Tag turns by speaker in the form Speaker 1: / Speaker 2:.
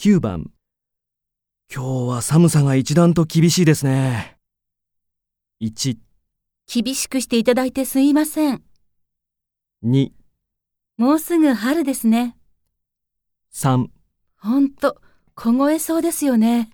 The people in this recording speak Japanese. Speaker 1: 9番今日は寒さが一段と厳しいですね。1、
Speaker 2: 厳しくしていただいてすいません。
Speaker 1: 2、
Speaker 2: もうすぐ春ですね。
Speaker 1: 3
Speaker 2: ほんと、凍えそうですよね。